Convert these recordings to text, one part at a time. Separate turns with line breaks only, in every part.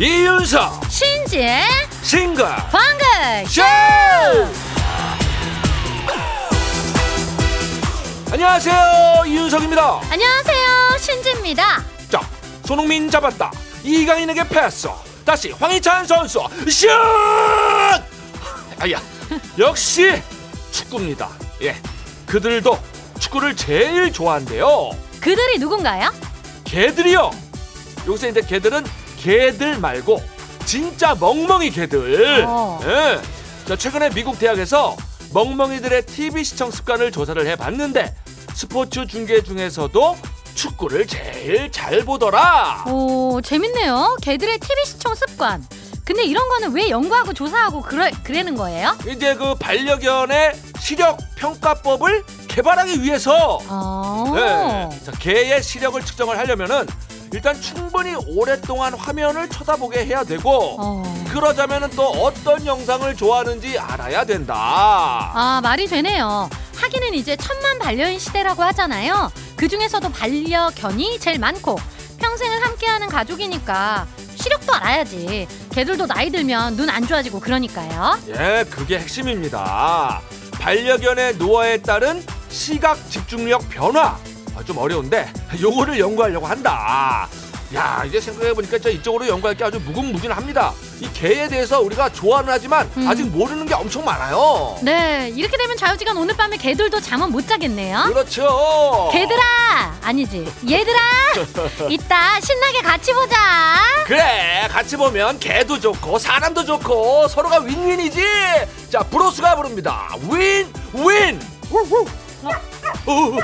이윤석
신지의
싱글
방글
쇼 안녕하세요 이윤석입니다
안녕하세요 신지입니다
자 손흥민 잡았다 이강인에게 패스 다시 황희찬 선수 슛 아야 역시 축구입니다 예 그들도 축구를 제일 좋아한대요
그들이 누군가요?
개들이요 요새 이제 개들은 개들 말고 진짜 멍멍이 개들
어.
예. 자, 최근에 미국 대학에서 멍멍이들의 TV 시청 습관을 조사를 해봤는데 스포츠 중계 중에서도 축구를 제일 잘 보더라
오 재밌네요 개들의 TV 시청 습관 근데 이런 거는 왜 연구하고 조사하고 그러, 그러는 거예요?
이제 그 반려견의 시력 평가법을 개발하기 위해서
어.
예. 자, 개의 시력을 측정을 하려면은 일단 충분히 오랫동안 화면을 쳐다보게 해야 되고
어.
그러자면은 또 어떤 영상을 좋아하는지 알아야 된다.
아 말이 되네요 하기는 이제 천만 반려인 시대라고 하잖아요 그 중에서도 반려견이 제일 많고 평생을 함께하는 가족이니까 시력도 알아야지 개들도 나이 들면 눈 안 좋아지고 그러니까요
예, 그게 핵심입니다. 반려견의 노화에 따른 시각 집중력 변화. 아, 좀 어려운데 요거를 연구하려고 한다. 야, 이제 생각해 보니까 저 이쪽으로 연구할 게 아주 무궁무진합니다. 이 개에 대해서 우리가 좋아는 하지만
음.
아직 모르는 게 엄청 많아요.
네, 이렇게 되면 자유지간 오늘 밤에 개들도 잠은 못 자겠네요.
그렇죠.
개들아, 아니지. 얘들아, 이따 신나게 같이 보자.
그래, 같이 보면 개도 좋고 사람도 좋고 서로가 윈윈이지. 자, 브로스가 부릅니다. 윈 윈. 우후. 어. 어.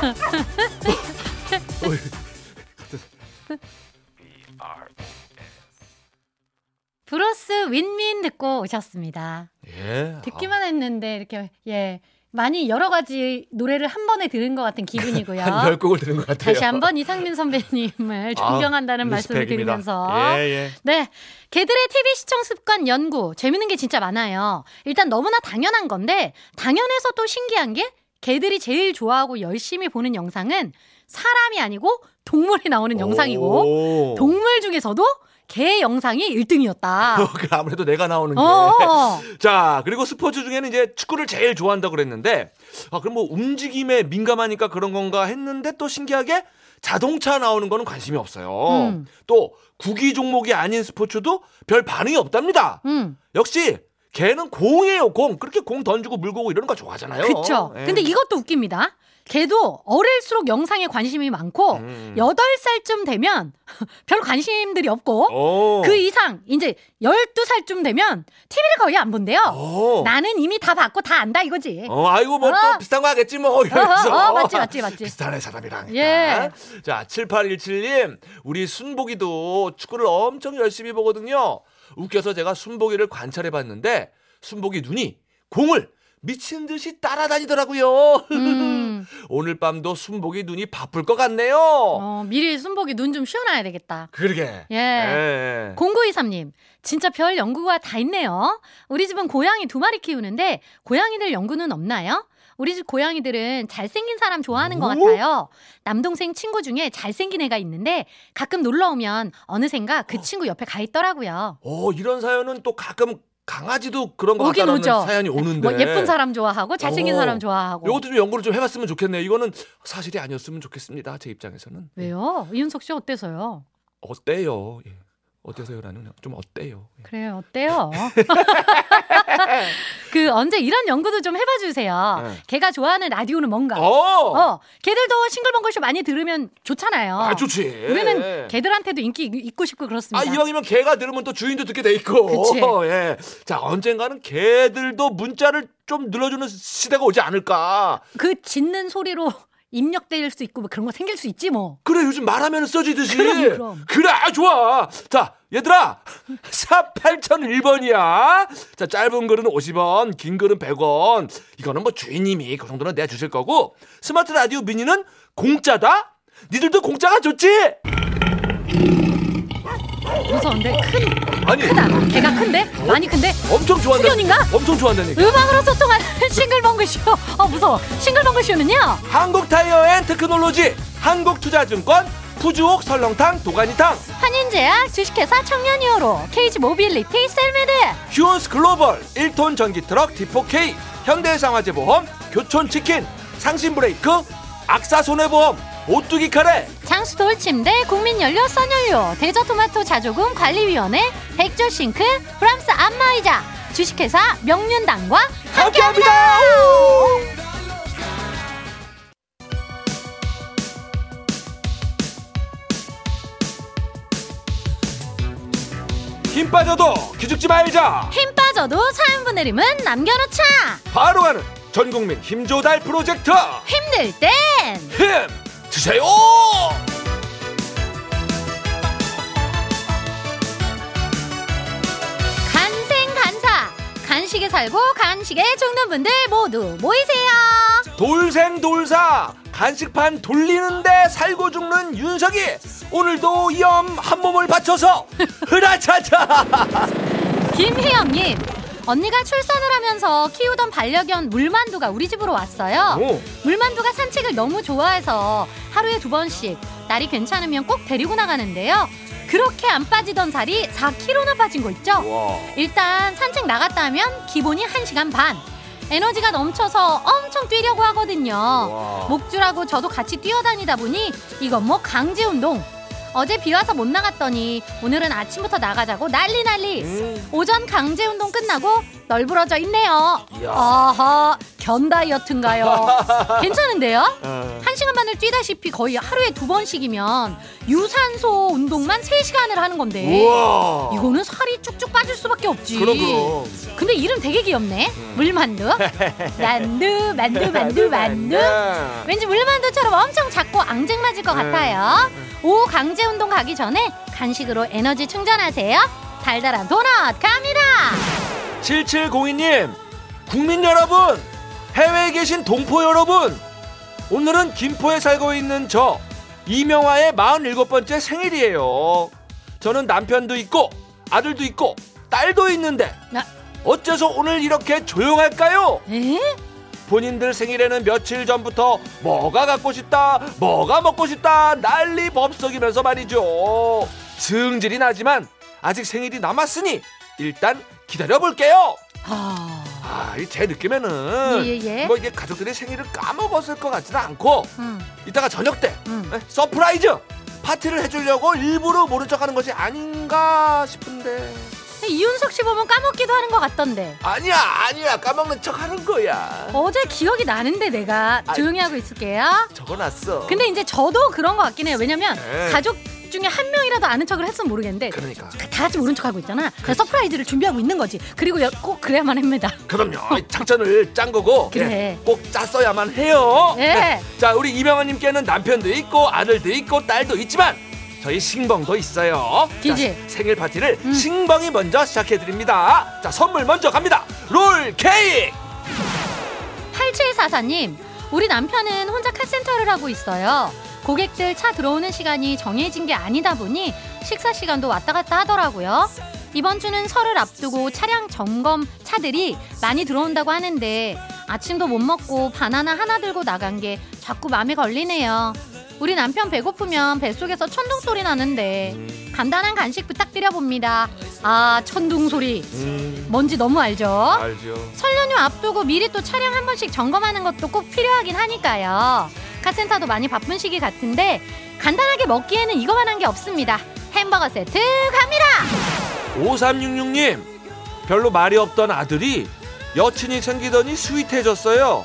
브로스 윈윈 듣고 오셨습니다.
예.
듣기만 했는데 이렇게 예 많이 여러 가지 노래를 한 번에 들은 것 같은 기분이고요.
한열 곡을 들은 것 같아요.
다시 한번 이상민 선배님을
아,
존경한다는 말씀을
리스펙입니다.
드리면서
예, 예.
네. 개들의 TV 시청 습관 연구. 재밌는 게 진짜 많아요. 일단 너무나 당연한 건데, 당연해서 또 신기한 게, 개들이 제일 좋아하고 열심히 보는 영상은 사람이 아니고 동물이 나오는 영상이고,
오.
동물 중에서도 개 영상이 1등이었다.
그 아무래도 내가 나오는 게.
어,
예. 자, 그리고 스포츠 중에는 이제 축구를 제일 좋아한다 그랬는데, 아, 그럼 뭐 움직임에 민감하니까 그런 건가 했는데 또 신기하게 자동차 나오는 거는 관심이 없어요.
음.
또 구기 종목이 아닌 스포츠도 별 반응이 없답니다.
음,
역시 걔는 공이에요, 공. 그렇게 공 던지고 물고고 이런 거 좋아하잖아요.
그쵸.
예.
근데 이것도 웃깁니다. 개도 어릴수록 영상에 관심이 많고,
음.
여덟 살쯤 되면 별 관심들이 없고,
어.
그 이상 이제 12살쯤 되면 TV를 거의 안 본대요.
어.
나는 이미 다 봤고 다 안다 이거지.
어, 아이고 뭐 또
어.
비슷한 거 하겠지 뭐
어,
이러면서.
어, 어, 맞지 맞지 맞지.
비슷하네 사람이랑.
예.
자, 7817님. 우리 순복이도 축구를 엄청 열심히 보거든요. 웃겨서 제가 순복이를 관찰해 봤는데 순복이 눈이 공을 미친 듯이 따라다니더라고요.
음,
오늘 밤도 순복이 눈이 바쁠 것 같네요.
어, 미리 순복이 눈 좀 쉬어놔야 되겠다.
그러게.
예.
예.
0923님, 진짜 별 연구가 다 있네요. 우리 집은 고양이 두 마리 키우는데, 고양이들 연구는 없나요? 우리 집 고양이들은 잘생긴 사람 좋아하는 것
오?
같아요. 남동생 친구 중에 잘생긴 애가 있는데, 가끔 놀러 오면 어느샌가 그 친구 옆에 가 있더라고요.
오, 어, 이런 사연은 또 가끔 강아지도 그런 것
오긴
같다는
오죠.
사연이 오는데.
뭐 예쁜 사람 좋아하고 잘생긴
어.
사람 좋아하고.
네. 요것도 좀 연구를 좀 해봤으면 좋겠네요. 이거는 사실이 아니었으면 좋겠습니다. 제 입장에서는.
왜요? 이윤석 씨 어때서요?
어때요? 예. 어때서요라는 좀 어때요? 예.
그래요, 어때요? 그 언제 이런 연구도 좀 해봐 주세요.
네.
걔가 좋아하는 라디오는 뭔가?
어,
어, 걔들도 싱글벙글쇼 많이 들으면 좋잖아요.
아 좋지. 예.
우리는 걔들한테도 인기 있- 있고 싶고
아
그렇습니다.
이왕이면 개가 들으면 또 주인도 듣게 돼 있고.
그치.
예. 자 언젠가는 개들도 문자를 좀 눌러주는 시대가 오지 않을까.
그 짖는 소리로 입력될 수 있고 뭐 그런 거 생길 수 있지 뭐.
그래 요즘 말하면 써지듯이.
그럼, 그럼.
그래 아, 좋아. 자 얘들아 샵 8001번이야. 자 짧은 글은 50원 긴 글은 100원. 이거는 뭐 주인님이 그 정도는 내주실 거고 스마트 라디오 미니는 공짜다. 니들도 공짜가 좋지.
무서운데 큰
아니
크다. 걔가 큰데 많이 큰데
엄청 좋아한다.
후견인가?
엄청 좋아한다니까.
음악으로 소통하는 싱글벙글쇼. 어 무서워. 싱글벙글쇼는요.
한국 타이어 앤 테크놀로지 한국투자증권 푸주옥 설렁탕 도가니탕
한인제약 주식회사 청년이어로 케이지 모빌리티 셀메드
휴온스 글로벌 1톤 전기 트럭 D4K 현대상화재보험 교촌치킨 상신브레이크 악사손해보험 오뚜기 카레
장수 돌침대 국민연료 선연료 대저토마토 자조금 관리위원회 백조싱크 프랑스 안마의자 주식회사 명륜당과 함께합니다.
힘 빠져도 기죽지 말자
힘 빠져도 사연 보내림은 남겨놓자.
바로 가는 전국민 힘조달 프로젝트
힘들 땐
힘 드세요
간생간사 간식에 살고 간식에 죽는 분들 모두 모이세요.
돌생돌사 간식판 돌리는데 살고 죽는 윤석이 오늘도 염 한몸을 바쳐서 흐라차차
김희영님 언니가 출산을 하면서 키우던 반려견 물만두가 우리 집으로 왔어요.
오,
물만두가 산책을 너무 좋아해서 하루에 두 번씩 날이 괜찮으면 꼭 데리고 나가는데요. 그렇게 안 빠지던 살이 4kg나 빠진 거 있죠?
와.
일단 산책 나갔다 하면 기본이 1시간 반. 에너지가 넘쳐서 엄청 뛰려고 하거든요.
와.
목줄하고 저도 같이 뛰어다니다 보니 이건 뭐 강제 운동. 어제 비 와서 못 나갔더니 오늘은 아침부터 나가자고 난리 난리.
음.
오전 강제 운동 끝나고 널브러져 있네요.
이야.
아하, 견 다이어트인가요? 괜찮은데요?
어.
한 시간 반을 뛰다시피 거의 하루에 두 번씩이면 유산소 운동만 세 시간을 하는 건데
우와.
이거는 살이 쭉쭉 빠질 수밖에 없지.
그럼 그럼.
근데 이름 되게 귀엽네.
음.
물만두, 만두, 만두, 만두, 만두. 왠지 물만두처럼 엄청 작고 앙증맞을 것
네.
같아요. 오후 강제 운동 가기 전에 간식으로 에너지 충전하세요. 달달한 도넛 갑니다.
7702님, 국민 여러분, 해외에 계신 동포 여러분, 오늘은 김포에 살고 있는 저 이명화의 47번째 생일이에요. 저는 남편도 있고 아들도 있고 딸도 있는데
나-
어째서 오늘 이렇게 조용할까요?
에?
본인들 생일에는 며칠 전부터 뭐가 갖고 싶다, 뭐가 먹고 싶다 난리 법석이면서 말이죠. 승질이 나지만 아직 생일이 남았으니 일단 기다려볼게요.
아.
아, 이 제 느낌에는
예, 예.
뭐 이게 가족들이 생일을 까먹었을 것 같지는 않고
음,
이따가 저녁 때
음.
에, 서프라이즈 파티를 해주려고 일부러 모른 척하는 것이 아닌가 싶은데
이윤석 씨 보면 까먹기도 하는 것 같던데.
아니야 아니야 까먹는 척하는 거야
어제 기억이 나는데 내가
아이.
조용히 하고 있을게요.
적어놨어.
근데 이제 저도 그런 것 같긴 해요. 왜냐면
네.
가족 중에 한 명이라도 아는 척을 했으면 모르겠는데
그러니까
다 같이 모른 척하고 있잖아. 그래서 서프라이즈를 준비하고 있는 거지. 그리고 여- 꼭 그래야만 합니다.
그럼요 이 작전을 짠 거고
어. 그래.
예, 꼭 짰어야만 해요. 네.
예.
자 우리 이명아님께는 남편도 있고 아들도 있고 딸도 있지만 저희 싱벙도 있어요.
기지.
자, 생일 파티를
음.
싱벙이 먼저 시작해 드립니다. 자 선물 먼저 갑니다. 롤 케이크.
8744님, 우리 남편은 혼자 카센터를 하고 있어요. 고객들 차 들어오는 시간이 정해진 게 아니다 보니 식사 시간도 왔다 갔다 하더라고요. 이번 주는 설을 앞두고 차량 점검 차들이 많이 들어온다고 하는데 아침도 못 먹고 바나나 하나 들고 나간 게 자꾸 마음에 걸리네요. 우리 남편 배고프면 뱃속에서 천둥 소리 나는데 간단한 간식 부탁드려 봅니다. 아, 천둥 소리. 뭔지 너무 음, 알죠?
알죠.
설 연휴 앞두고 미리 또 차량 한 번씩 점검하는 것도 꼭 필요하긴 하니까요. 카센터도 많이 바쁜 시기 같은데 간단하게 먹기에는 이거만 한 게 없습니다. 햄버거 세트 갑니다.
5366님 별로 말이 없던 아들이 여친이 생기더니 스윗해졌어요.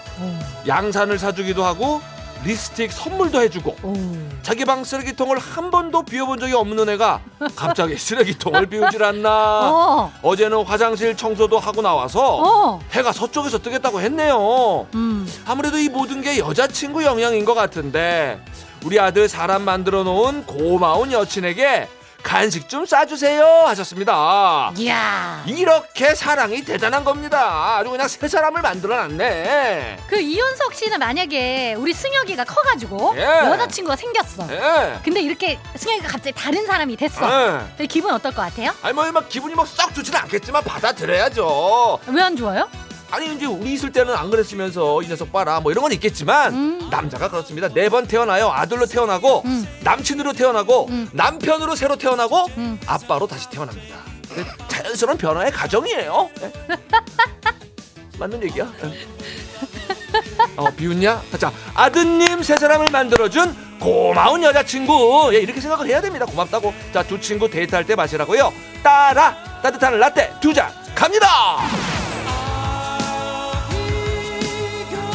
양산을 사주기도 하고 립스틱 선물도 해주고
어.
자기 방 쓰레기통을 한 번도 비워본 적이 없는 애가 갑자기 쓰레기통을 비우질 않나.
어,
어제는 화장실 청소도 하고 나와서
어,
해가 서쪽에서 뜨겠다고 했네요.
음,
아무래도 이 모든 게 여자친구 영향인 것 같은데 우리 아들 사람 만들어 놓은 고마운 여친에게 간식 좀 싸주세요 하셨습니다.
이야.
이렇게 사랑이 대단한 겁니다. 아주 그냥 새 사람을 만들어놨네.
그 이윤석 씨는 만약에 우리 승혁이가 커가지고
예.
여자친구가 생겼어.
예.
근데 이렇게 승혁이가 갑자기 다른 사람이 됐어.
예.
근데
뭐,
기분 어떨 것 같아요?
아니 뭐막 기분이 막 썩 좋지는 않겠지만 받아들여야죠.
왜 안 좋아요?
아니 이제 우리 있을 때는 안 그랬으면서 이 녀석 봐라 뭐 이런 건 있겠지만
음.
남자가 그렇습니다. 네 번 태어나요. 아들로 태어나고
음.
남친으로 태어나고
음.
남편으로 새로 태어나고
음.
아빠로 다시 태어납니다. 그 자연스러운 변화의 과정이에요. 예. 맞는 얘기야? 예. 어 비웃냐? 자 아드님 세 사람을 만들어준 고마운 여자친구 예, 이렇게 생각을 해야 됩니다. 고맙다고 자 두 친구 데이트할 때 마시라고요. 따라 따뜻한 라떼 두 잔 갑니다.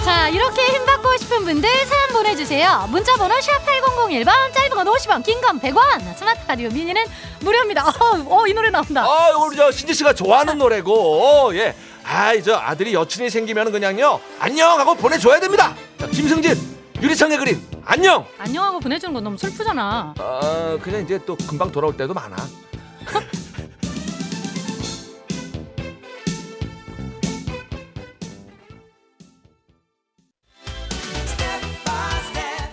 자 이렇게 힘 받고 싶은 분들 사연 보내주세요 문자번호 샵 8001번 짧은 건 50원 긴 건 100원 스마트 라디오 미니는 무료입니다 어, 어, 이 노래 나온다
아, 우리 저 신지 씨가 좋아하는 노래고, 어, 예. 아, 이저 아들이 여친이 생기면 그냥요, 안녕 하고 보내줘야 됩니다. 자, 김승진, 유리창의 그림, 안녕.
안녕하고 보내주는 건 너무 슬프잖아
아, 그냥 이제 또 금방 돌아올 때도 많아.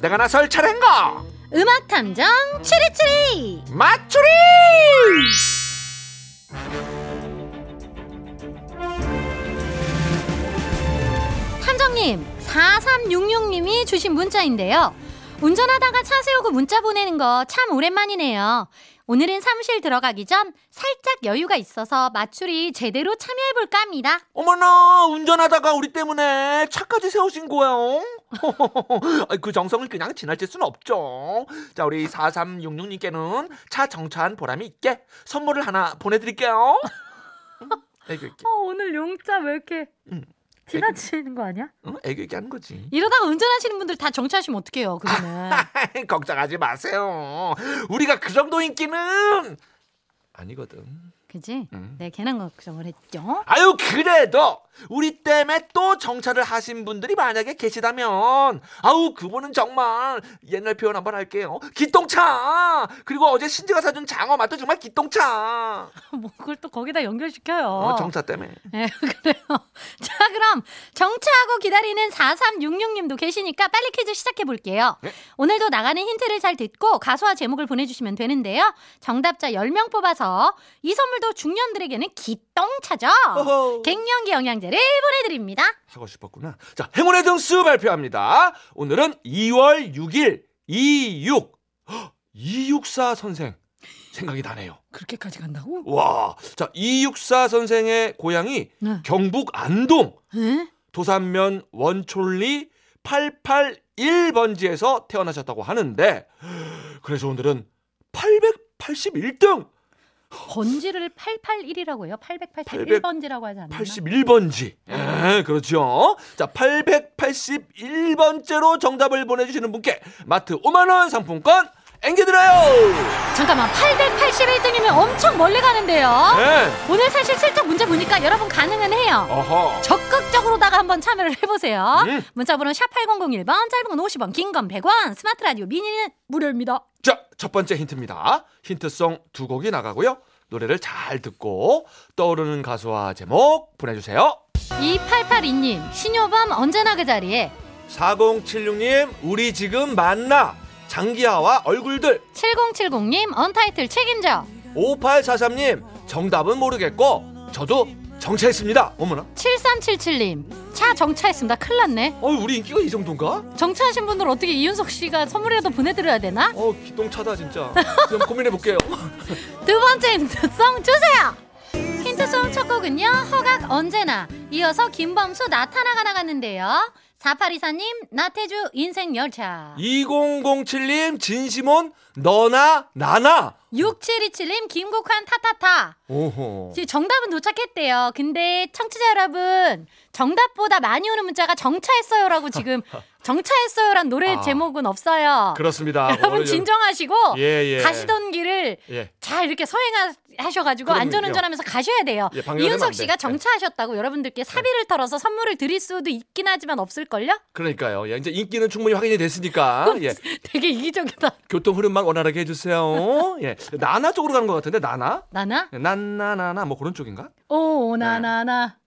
내가 나설 차례인가?
음악 탐정 추리추리
맞추리!
탐정님 4366님이 주신 문자인데요 운전하다가 차 세우고 문자 보내는 거 참 오랜만이네요 오늘은 사무실 들어가기 전 살짝 여유가 있어서 맞추리 제대로 참여해볼까 합니다
어머나 운전하다가 우리 때문에 차까지 세우신 거예요. 아이, 그 정성을 그냥 지나칠 순 없죠. 자 우리 4366님께는 차 정차한 보람이 있게 선물을 하나 보내드릴게요. 애교 있게,
어, 오늘 용자 왜 이렇게
응.
지나치는 거 아니야?
응? 애교 있게 하는 거지.
이러다가 운전하시는 분들 다 정차하시면 어떡해요 그거는
걱정하지 마세요. 우리가 그 정도 인기는 아니거든.
그지?
응.
네 괜한 걱정을 했죠
아유 그래도 우리 때문에 또 정차를 하신 분들이 만약에 계시다면 아우 그분은 정말 옛날 표현 한번 할게요 기똥차 그리고 어제 신지가 사준 장어 맛도 정말 기똥차
뭐 그걸 또 거기다 연결시켜요
어, 정차 때문에
예, 그래요. 자, 그럼 정차하고 기다리는 4366님도 계시니까 빨리 퀴즈 시작해 볼게요.
네.
오늘도 나가는 힌트를 잘 듣고 가수와 제목을 보내주시면 되는데요. 정답자 10명 뽑아서 이 선물도 중년들에게는 기똥차죠.
어허.
갱년기 영양제를 보내드립니다.
하고 싶었구나 자 행운의 등수 발표합니다 오늘은 2월 6일 26 헉, 264 선생 생각이 나네요
그렇게까지 간다고?
와자 264 선생의 고향이
네.
경북 안동
예?
도산면 원촐리 881번지에서 태어나셨다고 하는데 그래서 오늘은 881등
번지를 881이라고 해요.
881
881번지라고 하지 않나요?
81번지 예, 그렇죠 자 881번째로 정답을 보내주시는 분께 마트 5만원 상품권 앵겨드려요
잠깐만, 881등이면 엄청 멀리 가는데요.
예.
오늘 사실 슬쩍 문제 보니까 여러분 가능은 해요.
어허
적극적으로다가 한번 참여를 해보세요.
음.
문자번호 샵 8001번, 짧은 건 50원, 긴 건 100원, 스마트 라디오 미니는 무료입니다.
자, 첫 번째 힌트입니다. 힌트송 두 곡이 나가고요. 노래를 잘 듣고 떠오르는 가수와 제목 보내주세요.
2882님, 신효범 언제나 그 자리에.
4076님, 우리 지금 만나. 장기하와 얼굴들.
7070님, 언타이틀 책임져.
5843님, 정답은 모르겠고, 저도 정체했습니다. 어머나.
7377님, 차 정차했습니다. 큰일 났네.
어, 우리 인기가 이 정도인가?
정차하신 분들 어떻게 이윤석 씨가 선물이라도 보내드려야 되나?
어, 기똥차다, 진짜. 좀 고민해볼게요.
두 번째 힌트송 주세요. 힌트송 첫 곡은요. 허각 언제나 이어서 김범수 나타나가 나갔는데요. 4824님, 나태주 인생열차.
2007님 진심온 너나 나나.
6727님, 김국환 타타타.
오호.
지금 정답은 도착했대요. 근데 청취자 여러분, 정답보다 많이 오는 문자가 정차했어요라고 지금 정차했어요란 노래
아.
제목은 없어요.
그렇습니다.
여러분
오늘 좀-
진정하시고
예, 예.
가시던 길을
예.
잘 이렇게 서행하셔가지고
그럼요.
안전운전하면서 가셔야 돼요.
예, 방해하면 안
이윤석
돼.
씨가 정차하셨다고 여러분들께 사비를 털어서 선물을 드릴 수도 있긴 하지만 없을걸요?
그러니까요. 예, 이제 인기는 충분히 확인이 됐으니까. 예.
되게 이기적이다.
교통 흐름만 원활하게 해주세요. 예. 나나 쪽으로 가는 것 같은데 나나? 예,
나나?
네. 난나나나 뭐 그런 쪽인가?
오, 나나나.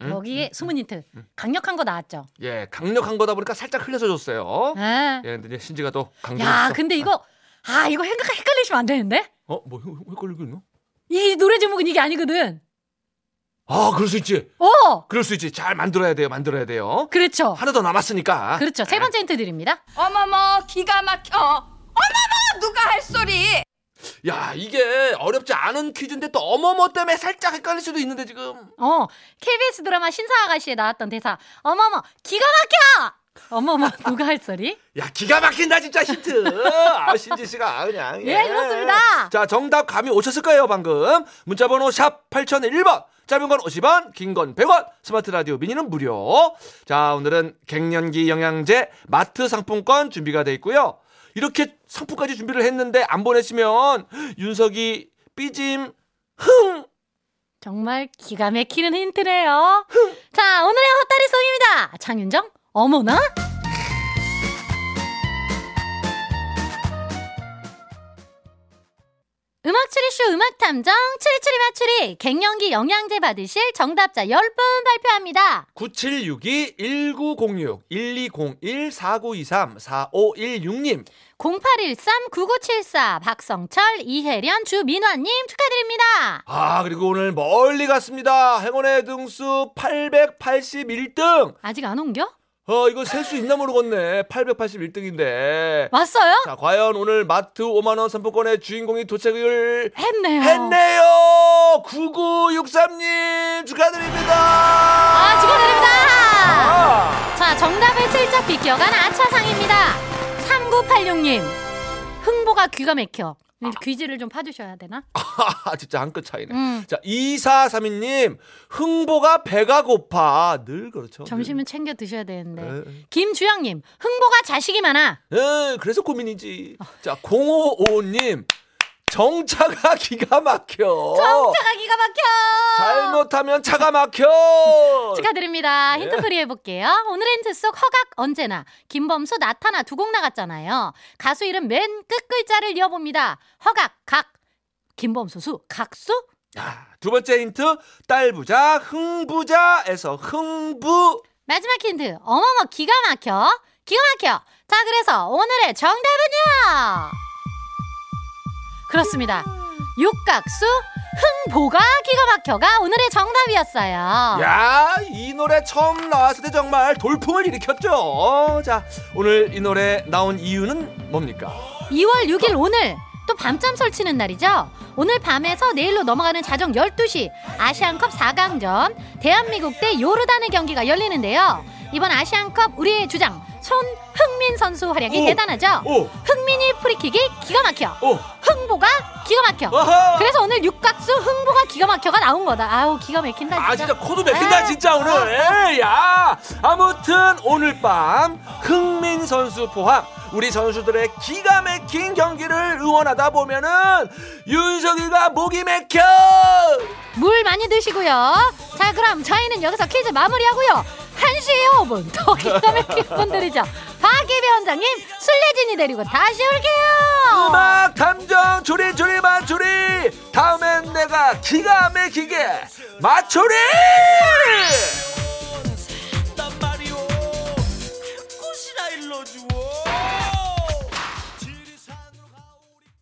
음,
여기에 숨은 힌트 강력한 거 나왔죠.
예, 강력한 거다 보니까 살짝 흘려서 줬어요.
아.
예, 근데 이제 신지가 또 강력했어.
야, 근데 이거 아 이거 헷갈- 헷갈리시면 안 되는데
어, 뭐 헷- 헷갈리고 있나?
이 노래 제목은 이게 아니거든.
아, 그럴 수 있지.
어,
그럴 수 있지. 잘 만들어야 돼요. 만들어야 돼요.
그렇죠.
하나 아. 더 남았으니까.
그렇죠. 세 번째 힌트 드립니다.
어머머 기가 막혀 어머머 누가 할 소리
야, 이게 어렵지 않은 퀴즈인데 또 어머머 때문에 살짝 헷갈릴 수도 있는데 지금.
어, KBS 드라마 신사 아가씨에 나왔던 대사. 어머머, 기가 막혀! 어머머, 누가 할 소리?
야, 기가 막힌다 진짜 힌트. 아, 신지 씨가 그냥.
예, 그렇습니다.
자, 정답 감이 오셨을 거예요, 방금. 문자 번호 샵 8001번. 짧은 건 50원, 긴 건 100원. 스마트 라디오 미니는 무료. 자, 오늘은 갱년기 영양제 마트 상품권 준비가 돼 있고요. 이렇게 상품까지 준비를 했는데 안 보내시면 윤석이 삐짐 흥
정말 기가 막히는 힌트네요. 자, 오늘의 헛다리송입니다. 장윤정, 어머나? 음악 추리쇼 음악 탐정 추리추리 맞추리 갱년기 영양제 받으실 정답자 10분 발표합니다.
9762-1906-1201-4923-4516님
0813-9974 박성철, 이혜련, 주민화님 축하드립니다.
아, 그리고 오늘 멀리 갔습니다. 행운의 등수 881등.
아직 안 옮겨?
어, 이거 셀 수 있나 모르겠네. 881등인데.
왔어요?
자, 과연 오늘 마트 5만원 상품권의 주인공이 도착을
했네요.
했네요. 9963님 축하드립니다.
아, 축하드립니다.
아,
자, 정답을 슬쩍 비껴간 아차상입니다. 3986님. 흥보가 귀가 막혀. 근데 귀지를 좀 파주셔야 되나?
진짜 한 끗 차이네.
음.
자, 2432님. 흥보가 배가 고파. 늘 그렇죠. 늘.
점심은 챙겨 드셔야 되는데.
에,
김주영님. 흥보가 자식이 많아.
에, 예, 그래서 고민이지. 자, 0555님. 정차가 기가 막혀.
정차가 기가 막혀.
잘못하면 차가 막혀. 어,
축하드립니다.
예.
힌트 프리 해볼게요. 오늘의 힌트 속 허각 언제나 김범수 나타나 두 곡 나갔잖아요. 가수 이름 맨 끝 글자를 이어봅니다. 허각 각 김범수 수 각수
아, 두 번째 힌트. 딸 부자, 흥 부자에서 흥부.
마지막 힌트 어머머 기가 막혀 기가 막혀 자 그래서 오늘의 정답은요 그렇습니다 육각수 흥보가 기가 막혀가 오늘의 정답이었어요
야, 이 노래 처음 나왔을 때 정말 돌풍을 일으켰죠. 자, 오늘 이 노래 나온 이유는 뭡니까?
2월 6일 오늘 또 밤잠 설치는 날이죠. 오늘 밤에서 내일로 넘어가는 자정 12시 아시안컵 4강전 대한민국 대 요르단의 경기가 열리는데요. 이번 아시안컵 우리의 주장 손흥민 선수 활약이
오.
대단하죠.
오,
흥민이 프리킥이 기가 막혀.
오,
흥보가 기가 막혀.
어허!
그래서 오늘 육각수 흥보가 기가 막혀가 나온 거다. 아우 기가 막힌다 진짜.
아 진짜 코도 맥힌다 진짜 오늘 에이, 야 아무튼 오늘 밤 흥민 선수 포함 우리 선수들의 기가 막힌 경기를 응원하다 보면은 윤석이가 목이 맥혀
물 많이 드시고요. 자, 그럼 저희는 여기서 퀴즈 마무리하고요. 1시에 5분 더 기가 막힌 분들이죠. 박예배 원장님, 술래진이 데리고 다시 올게요.
막 탐정 조리 조리 맞추리 다음엔 내가 기가 막히게 맞추리